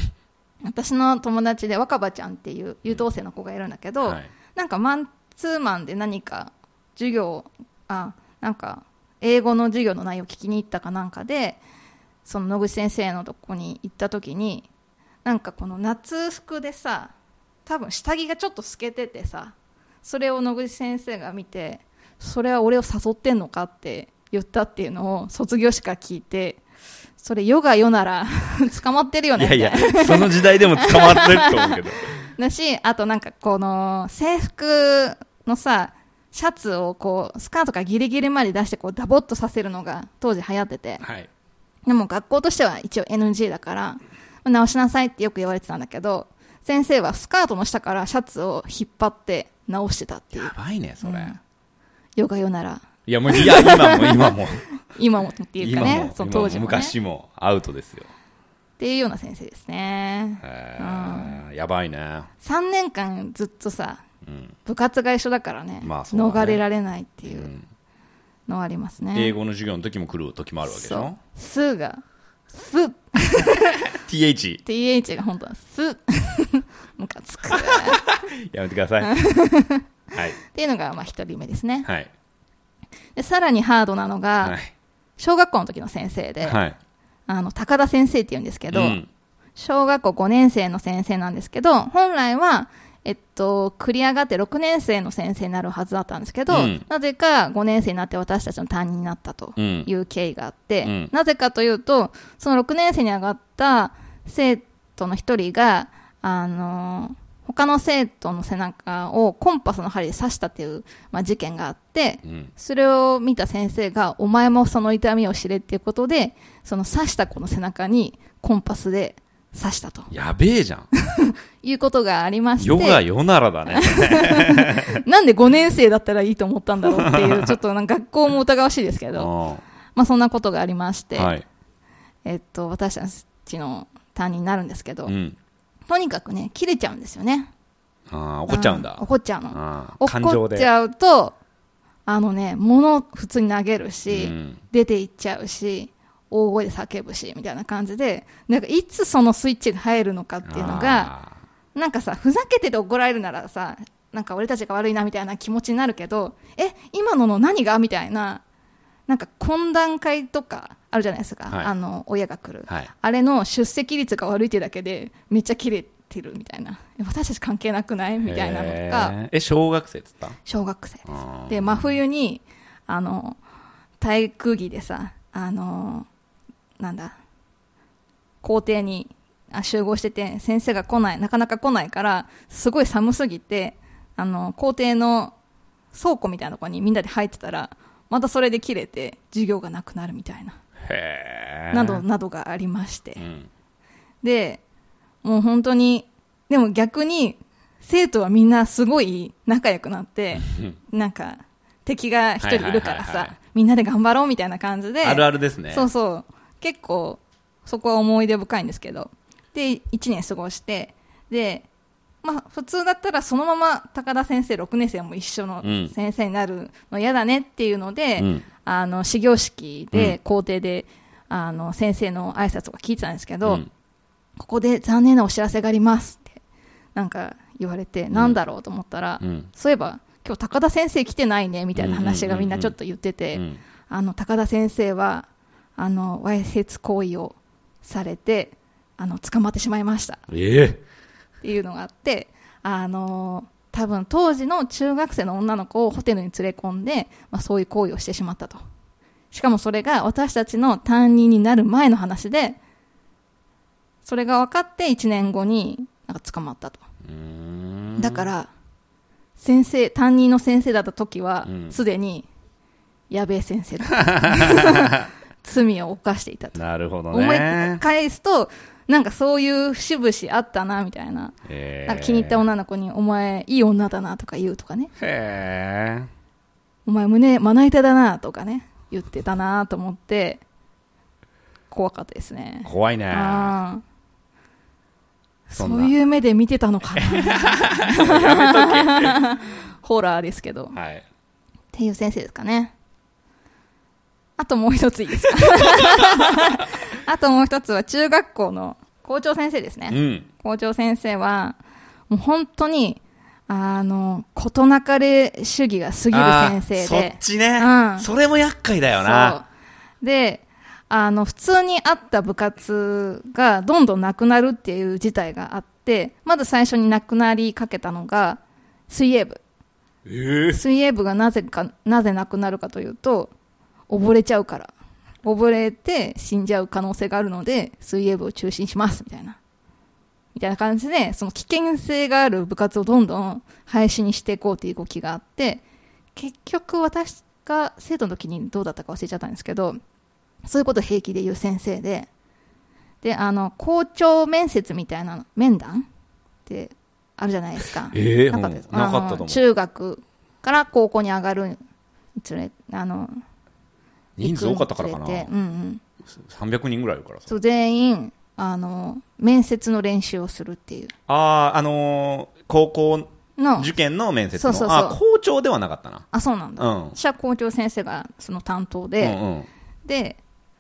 Speaker 2: 私の友達で若葉ちゃんっていう優等生の子がいるんだけど、
Speaker 1: はい
Speaker 2: なんかマンツーマンで何か授業あなんか英語の授業の内容聞きに行ったかなんかでその野口先生のとこに行った時になんかこの夏服でさ多分下着がちょっと透けててさそれを野口先生が見てそれは俺を誘ってんのかって言ったっていうのを卒業式から聞いてそれ世が世なら 捕まってるよ
Speaker 1: い
Speaker 2: ねみ
Speaker 1: や
Speaker 2: たい
Speaker 1: い
Speaker 2: な
Speaker 1: やその時代でも捕まってると思うけど
Speaker 2: だし、あとなんかこの制服のさ、シャツをこう、スカートからギリギリまで出してこう、ダボっとさせるのが当時流行ってて。
Speaker 1: はい
Speaker 2: でも学校としては一応 NG だから、直しなさいってよく言われてたんだけど、先生はスカートの下からシャツを引っ張って直してたっていう
Speaker 1: や。ばいねそれ
Speaker 2: うんよがよなら、
Speaker 1: いやもういや今も今 も
Speaker 2: 今もっていう
Speaker 1: 今
Speaker 2: かね
Speaker 1: も、
Speaker 2: その
Speaker 1: 今
Speaker 2: 当
Speaker 1: も
Speaker 2: 時も、ね。
Speaker 1: 昔もアウトですよ
Speaker 2: っていうような先生ですね。
Speaker 1: へーやばいね
Speaker 2: 3年間ずっとさ、
Speaker 1: うん
Speaker 2: 部活が一緒だからね、
Speaker 1: まあそうだね
Speaker 2: 逃れられないっていううんのはありますね。
Speaker 1: 英語の授業の時も来る時もあるわけでし
Speaker 2: そう
Speaker 1: ょ
Speaker 2: すが、すっ
Speaker 1: TH
Speaker 2: TH が本当はす ムカつく。っ
Speaker 1: やめてく ださいはい
Speaker 2: ていうのが、まあ、一人目ですね。
Speaker 1: はい
Speaker 2: で、さらにハードなの
Speaker 1: は
Speaker 2: が、
Speaker 1: い
Speaker 2: 小学校の時の先生で、
Speaker 1: はい
Speaker 2: あの、高田先生って言うんですけど、
Speaker 1: うん
Speaker 2: 小学校5年生の先生なんですけど、本来は、えっと、繰り上がって6年生の先生になるはずだったんですけど、
Speaker 1: うん
Speaker 2: なぜか5年生になって私たちの担任になったと
Speaker 1: うん
Speaker 2: いう経緯があって、
Speaker 1: うん
Speaker 2: なぜかというと、その6年生に上がった生徒の一人が、あの他の生徒の背中をコンパスの針で刺したっていう、まあ、事件があって、
Speaker 1: うん
Speaker 2: それを見た先生が、お前もその痛みを知れっていうことで、その刺した子の背中にコンパスで刺したと
Speaker 1: やべえじゃん
Speaker 2: いうことがありまし
Speaker 1: 世が
Speaker 2: て、
Speaker 1: 世ならだ ね
Speaker 2: なんで5年生だったらいいと思ったんだろうっていう、ちょっとなんか学校も疑わしいですけ
Speaker 1: うん
Speaker 2: ど、
Speaker 1: は
Speaker 2: まあそんなことがありまして、
Speaker 1: い
Speaker 2: えっと、私たちの担任になるんですけど
Speaker 1: う、ん
Speaker 2: とにかくね、切れちゃうんですよね。
Speaker 1: あー怒っちゃうんだ
Speaker 2: 怒っちゃうの。
Speaker 1: あー感
Speaker 2: 怒
Speaker 1: 情
Speaker 2: っち
Speaker 1: で
Speaker 2: ゃうと、あのね物を普通に投げるし、
Speaker 1: うん
Speaker 2: 出て行っちゃうし大声で叫ぶしみたいな感じでなんかいつそのスイッチが入るのかっていうのが
Speaker 1: あ
Speaker 2: なんかさふざけてて怒られるならさなんか俺たちが悪いなみたいな気持ちになるけどえ今のの何がみたいななんか懇談会とかあるじゃないですか、
Speaker 1: はい
Speaker 2: あの親が来る、
Speaker 1: ーはい
Speaker 2: あれの出席率が悪いってだけでめっちゃ切れてるみたいなえ私たち関係なくないみたいなのとか
Speaker 1: へーえ小学生っつった
Speaker 2: 小学生です
Speaker 1: あー
Speaker 2: で真冬にあの体育着でさあのなんだ校庭にあ集合してて先生が来ないなかなか来ないからすごい寒すぎてあの校庭の倉庫みたいなとこにみんなで入ってたらまたそれで切れて授業がなくなるみたいな
Speaker 1: へえ
Speaker 2: などなどがありまして、
Speaker 1: うん
Speaker 2: でもう本当にでも逆に生徒はみんなすごい仲良くなってなんか敵が一人いるか
Speaker 1: はいはいは
Speaker 2: ら
Speaker 1: いは
Speaker 2: さ
Speaker 1: い
Speaker 2: みんなで頑張ろうみたいな感じで
Speaker 1: あるあるですね
Speaker 2: そうそう結構そこは思い出深いんですけどで1年過ごしてでまあ普通だったらそのまま高田先生6年生も一緒の
Speaker 1: うん
Speaker 2: 先生になるの嫌だねっていうので、
Speaker 1: うん
Speaker 2: あの始業式
Speaker 1: うん
Speaker 2: で校庭で、あの先生の挨拶とか聞いてたんですけど、
Speaker 1: うん
Speaker 2: ここで残念なお知らせがありますってなんか言われて、なんだろうと思ったら、
Speaker 1: うん
Speaker 2: そういえば今日高田先生来てないねみたいな話がみんなちょっと言ってて、
Speaker 1: うん
Speaker 2: あの高田先生はあのわいせつ行為をされてあの捕まってしまいました
Speaker 1: ええ
Speaker 2: っていうのがあってあの多分当時の中学生の女の子をホテルに連れ込んで、まあ、そういう行為をしてしまったとしかもそれが私たちの担任になる前の話でそれが分かって1年後になんか捕まったと
Speaker 1: うーん
Speaker 2: だから先生担任の先生だった時は
Speaker 1: うん
Speaker 2: すで、にやべえ先生だった 罪を犯していたと
Speaker 1: なるほど
Speaker 2: 思い
Speaker 1: ね
Speaker 2: 返すとなんかそういう節々あったなみたいな
Speaker 1: えー
Speaker 2: なんか気に入った女の子に「お前いい女だな」とか言うとかね
Speaker 1: へえ
Speaker 2: 「お前胸まな板だな」とかね言ってたなと思って怖かったですね
Speaker 1: 怖いね
Speaker 2: あー
Speaker 1: そ
Speaker 2: そ
Speaker 1: んな
Speaker 2: ういう目で見てたの かな
Speaker 1: やめとけ
Speaker 2: ホラーですけど
Speaker 1: はい
Speaker 2: っていう先生ですかね。あともう一ついいですか あともう一つは中学校の校長先生です
Speaker 1: う
Speaker 2: ね。
Speaker 1: ん
Speaker 2: 校長先生は、もう本当に、あの、事なかれ主義が過ぎる先生で。
Speaker 1: あーそっちね、
Speaker 2: うん
Speaker 1: それも厄介だよな
Speaker 2: そうであの普通にあった部活がどんどんなくなるっていう事態があってまず最初になくなりかけたのが水泳部
Speaker 1: えー
Speaker 2: 水泳部がなぜかなぜなくなるかというと溺れちゃうから溺れて死んじゃう可能性があるので水泳部を中止にしますみたいなみたいな感じでその危険性がある部活をどんどん廃止にしていこうという動きがあって結局私が生徒の時にどうだったか忘れちゃったんですけどそういうことを平気で言う先生でであの校長面接みたいな面談ってあるじゃないですか。
Speaker 1: ええ
Speaker 2: なかった
Speaker 1: うん
Speaker 2: で
Speaker 1: な
Speaker 2: す
Speaker 1: かったと
Speaker 2: あ
Speaker 1: 思
Speaker 2: の
Speaker 1: う
Speaker 2: 中学から高校に上がるにつれあの
Speaker 1: 人数多かったからかな
Speaker 2: 行くにつれてうんうん、
Speaker 1: 300人ぐらいいるからさ
Speaker 2: そう全員あの面接の練習をするっていう
Speaker 1: ああーあのー高校
Speaker 2: の
Speaker 1: 受験の面接
Speaker 2: そう
Speaker 1: の
Speaker 2: そうそう
Speaker 1: あ校長ではなかったな
Speaker 2: あそうなんだ、
Speaker 1: うん
Speaker 2: 私は校長先生がその担当で、
Speaker 1: うんうん
Speaker 2: で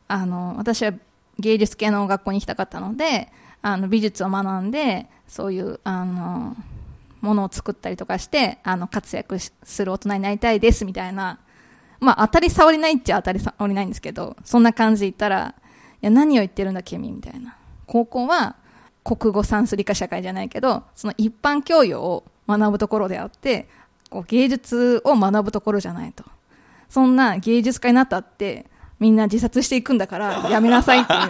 Speaker 2: あの私は芸術系の学校に行きたかったのであの美術を学んでそういうあのものを作ったりとかしてあの活躍しする大人になりたいですみたいな、まあ、当たり障りないっちゃ当たり障りないんですけどそんな感じで言ったらいや何を言ってるんだ君みたいな高校は国語算数理科社会じゃないけどその一般教養を学ぶところであってこう芸術を学ぶところじゃないとそんな芸術家になったってみんな自殺していくんだ からやめなさいっていう、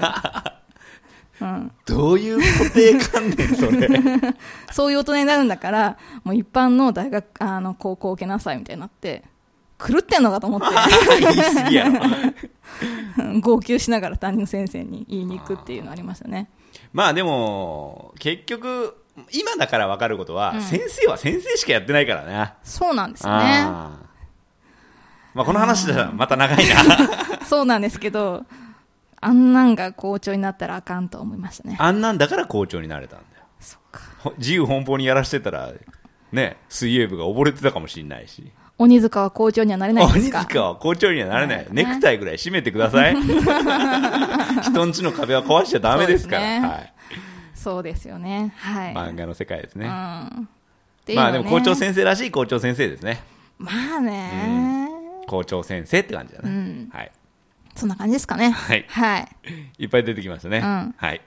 Speaker 2: うん、
Speaker 1: どういう固定観念それ
Speaker 2: そういう大人になるんだからもう一般の大学あの高校を受けなさいみたいになって狂ってんのかと思って
Speaker 1: 言い過ぎやろ
Speaker 2: うん号泣しながら担任の先生に言いに行くっていうのありましたね
Speaker 1: まあでも結局今だから分かることは、先生は先生しかやってないからな
Speaker 2: そうなんですよね
Speaker 1: あーまあこの話じゃまた長いな
Speaker 2: そうなんですけど、あんなんが校長になったらあかんと思いましたね。
Speaker 1: あんなんだから校長になれたんだよ
Speaker 2: そっか。
Speaker 1: ほ自由奔放にやらしてたらね水泳部が溺れてたかもしれないし
Speaker 2: 鬼塚は校長にはなれないんです
Speaker 1: 鬼
Speaker 2: か
Speaker 1: 塚は校長にはなれない、
Speaker 2: ね
Speaker 1: ネクタイぐらい締めてくだ さい人んちの壁は壊しちゃダメですから
Speaker 2: そ
Speaker 1: はい
Speaker 2: うですねそうですよねはい、
Speaker 1: 漫画の世界ですね
Speaker 2: うんっていうの
Speaker 1: ま
Speaker 2: ね
Speaker 1: あでも校長先生らしい校長先生ですね
Speaker 2: まあね、
Speaker 1: 校長先生って感じだね、
Speaker 2: うん
Speaker 1: はい、
Speaker 2: そんな感じですかね
Speaker 1: はい、
Speaker 2: はい
Speaker 1: いっぱい出てきましたね、
Speaker 2: うん
Speaker 1: はい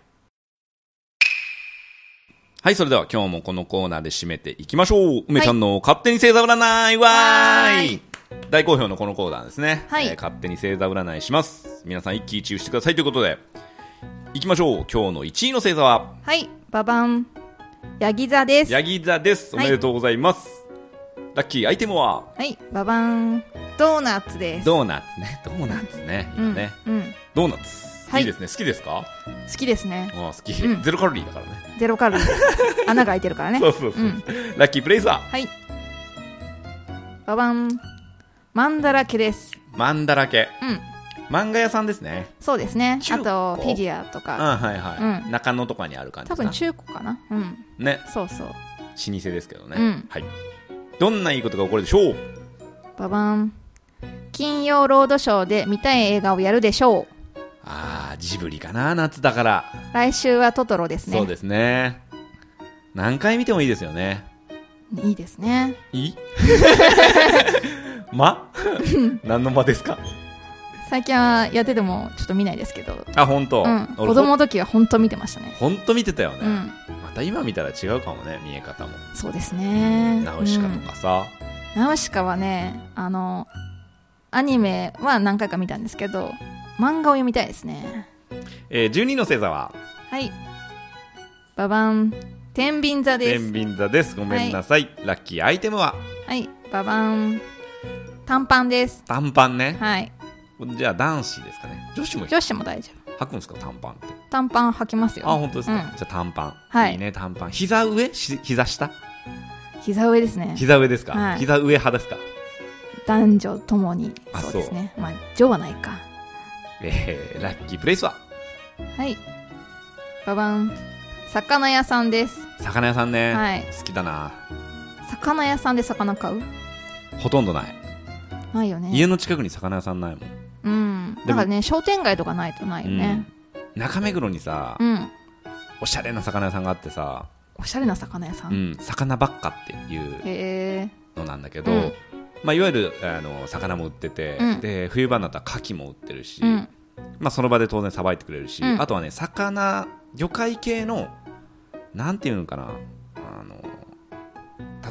Speaker 1: はいそれでは今日もこのコーナーで締めていきましょう梅ちゃんの「勝手に星座占い」わーい大好評のこのコーナーですね、
Speaker 2: はい
Speaker 1: えー勝手に星座占いします皆さん一喜一憂してくださいということでいきましょう今日の1位の星座は
Speaker 2: はいババンヤギ座です
Speaker 1: ヤギ座ですお
Speaker 2: はい
Speaker 1: めでとうございます、ラッキーアイテムは
Speaker 2: はいババンドーナツです
Speaker 1: ドーナツねドーナツね
Speaker 2: う
Speaker 1: 今
Speaker 2: ん
Speaker 1: ね、
Speaker 2: うん、
Speaker 1: ドーナツ、、
Speaker 2: はいい
Speaker 1: いですね好きですか
Speaker 2: 好きですね
Speaker 1: ああ好き、
Speaker 2: うん
Speaker 1: ゼロカロリーだからね
Speaker 2: ゼロカ ロリー穴が開いてるからね
Speaker 1: そうそうそう、
Speaker 2: うん
Speaker 1: ラッキープレイザ
Speaker 2: はいババンマンだらけです
Speaker 1: ーマンだらけ
Speaker 2: うん
Speaker 1: 漫画屋さんですね
Speaker 2: そうですね
Speaker 1: 中
Speaker 2: あ
Speaker 1: 古
Speaker 2: とフィギュアと
Speaker 1: うん
Speaker 2: か
Speaker 1: はいはい、
Speaker 2: うん
Speaker 1: 中野とかにある感じ
Speaker 2: 多
Speaker 1: か
Speaker 2: 分
Speaker 1: な
Speaker 2: 中古かなうん
Speaker 1: ね
Speaker 2: そうそう
Speaker 1: 老舗ですけどね、
Speaker 2: うん
Speaker 1: はいどんないいことが起こるでしょう
Speaker 2: ババン金曜ロードショーで見たい映画をやるでしょう
Speaker 1: あージブリかな夏だから、
Speaker 2: 来週はトトロですね
Speaker 1: そうですね何回見てもいいですよね
Speaker 2: いいですね
Speaker 1: い い ま何の間ですか
Speaker 2: 最近はやっててもちょっと見ないですけど、
Speaker 1: あ本当、
Speaker 2: うん、
Speaker 1: 俺
Speaker 2: 子供の時は本当見てましたね
Speaker 1: ほんと見てたよね、
Speaker 2: うん
Speaker 1: また今見たら違うかもね見え方も
Speaker 2: そうですね
Speaker 1: ナウシカとかさ、
Speaker 2: ナウシカはね、あの、アニメは何回か見たんですけど、漫画を読みたいですね。
Speaker 1: えー、12の星座は
Speaker 2: はい。ババン、天秤座で
Speaker 1: 天
Speaker 2: す。
Speaker 1: 秤座ですごめんなさい、ラッキーアイテムは
Speaker 2: はい。ババン、短パンです。
Speaker 1: 短パンね、
Speaker 2: はい。
Speaker 1: じゃあ男子ですかね女子も
Speaker 2: 女子も大丈夫。
Speaker 1: 履くんですか短パンって
Speaker 2: 短パン履きますよ。
Speaker 1: あ本当ですか、
Speaker 2: うん
Speaker 1: じゃあ短パン、
Speaker 2: はい
Speaker 1: いね短パン膝上し膝下
Speaker 2: 膝上ですね。
Speaker 1: 膝上ですか、
Speaker 2: はい
Speaker 1: 膝上派ですか
Speaker 2: 男女ともに。
Speaker 1: あ
Speaker 2: そうですね。まあ、女はないか。
Speaker 1: えー、ラッキープレイスは
Speaker 2: はい。ババン、魚屋さんです。
Speaker 1: 魚屋さんね、
Speaker 2: はい
Speaker 1: 好きだな
Speaker 2: 魚屋さんで魚買う
Speaker 1: ほとんどない、
Speaker 2: ないよね。
Speaker 1: 家の近くに魚屋さんないもん、
Speaker 2: うん。
Speaker 1: で
Speaker 2: だ
Speaker 1: も
Speaker 2: からね、商店街とかないとないよね。
Speaker 1: うん中目黒にさ、
Speaker 2: うん。
Speaker 1: おしゃれな魚屋さんがあってさ、
Speaker 2: おしゃれな魚屋さ。
Speaker 1: うんん、魚ばっかっていう
Speaker 2: へえ。
Speaker 1: のなんだけど、
Speaker 2: うん
Speaker 1: まあ、いわゆるあの魚も売ってて、
Speaker 2: うん
Speaker 1: で冬場になったら牡蠣も売ってるし、
Speaker 2: うん。
Speaker 1: まあ、その場で当然さばいてくれるし、
Speaker 2: うん
Speaker 1: あとはね魚魚介系のなんていうのかなあの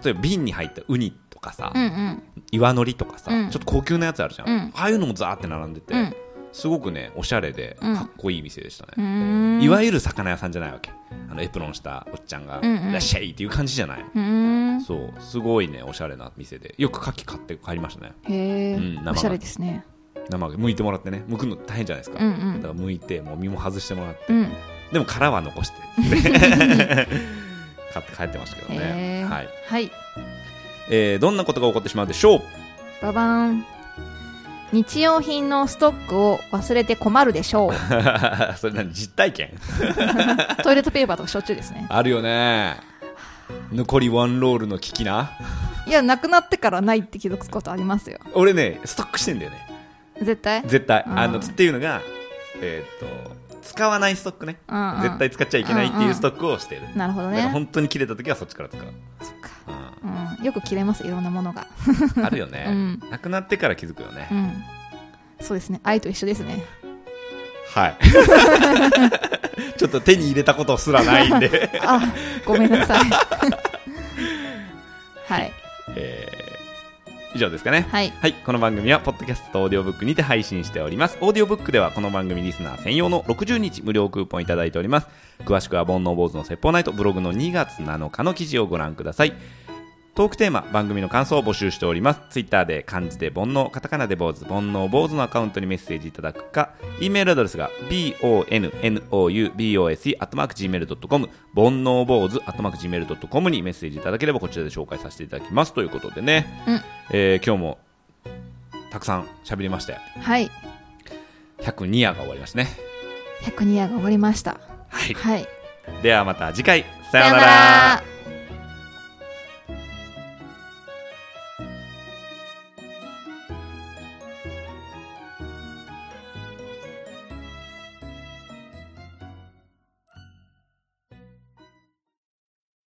Speaker 1: 例えば瓶に入ったウニとかさ、
Speaker 2: うんうん。
Speaker 1: 岩のりとかさ、
Speaker 2: うん
Speaker 1: ちょっと高級なやつあるじゃん、
Speaker 2: うん
Speaker 1: ああいうのもザーって並んでて、
Speaker 2: うん
Speaker 1: すごくねおしゃれで
Speaker 2: うん
Speaker 1: かっこいい店でしたね、
Speaker 2: うーん。
Speaker 1: いわゆる魚屋さんじゃないわけあのエプロンしたおっちゃんが「
Speaker 2: うんうん
Speaker 1: いらっしゃい」っていう感じじゃないう
Speaker 2: ーん。
Speaker 1: そうすごいねおしゃれな店でよく牡蠣買って帰りましたね
Speaker 2: へえ
Speaker 1: うん生。が
Speaker 2: おしゃれですね。
Speaker 1: 生で剥いてもらってね剥くの大変じゃないですか、
Speaker 2: うんう
Speaker 1: だか
Speaker 2: ん。
Speaker 1: ら剥いてもう身も外してもらって
Speaker 2: うん。
Speaker 1: でも殻は残して 買って帰ってましたけど
Speaker 2: へ
Speaker 1: ね
Speaker 2: え。
Speaker 1: はい、
Speaker 2: はい。
Speaker 1: えーどんなことが起こってしまうでしょう
Speaker 2: ババーン。日用品のストックを忘れて困るでし ょ
Speaker 1: それ何実体験
Speaker 2: う。トイレットペーパーとかしょっちゅうですね。
Speaker 1: あるよね残りワンロールの危機ない
Speaker 2: や、なくなってからないって気づくことありますよ。
Speaker 1: 俺ねストックしてんだよね
Speaker 2: 絶対
Speaker 1: 絶対
Speaker 2: うん
Speaker 1: あのっていうのがえーっと使わないストックね
Speaker 2: うんうん
Speaker 1: 絶対使っちゃいけないって
Speaker 2: うん
Speaker 1: いううんストックをしてる、
Speaker 2: なるほど
Speaker 1: だから
Speaker 2: ね。
Speaker 1: 本当に切れた時はそっちから使う、
Speaker 2: そっか。
Speaker 1: う
Speaker 2: うん。よく切れます、いろんなものが。
Speaker 1: ん、あるよね、
Speaker 2: うん
Speaker 1: なくなってから気づくよね、
Speaker 2: うん。そうですね。愛と一緒ですね。
Speaker 1: はい ちょっと手に入れたことすらないんで、
Speaker 2: あ、ごめんな さい。はい。
Speaker 1: えー以上ですかね
Speaker 2: はい。
Speaker 1: はい、この番組はポッドキャストとオーディオブックにて配信しております。オーディオブックではこの番組リスナー専用の60日無料クーポンいただいております。詳しくは煩悩坊主の説法ナイトブログの2月7日の記事をご覧ください。トークテーマ、番組の感想を募集しております。ツイッターで漢字で煩悩、カタカナで坊主、煩悩坊主のアカウントにメッセージいただくか、e メールアドレスが bonoubose.gmail.com、煩悩坊主 .gmail.com にメッセージいただければこちらで紹介させていただきます。ということでね、
Speaker 2: うん
Speaker 1: えー今日もたくさん喋りましたよ。
Speaker 2: はい。
Speaker 1: 102夜が終わりましたね。
Speaker 2: 102夜が終わりました。
Speaker 1: はい。
Speaker 2: はい。
Speaker 1: ではまた次回。さ
Speaker 2: さ
Speaker 1: よう
Speaker 2: よ
Speaker 1: な
Speaker 2: な
Speaker 1: ら
Speaker 2: ら。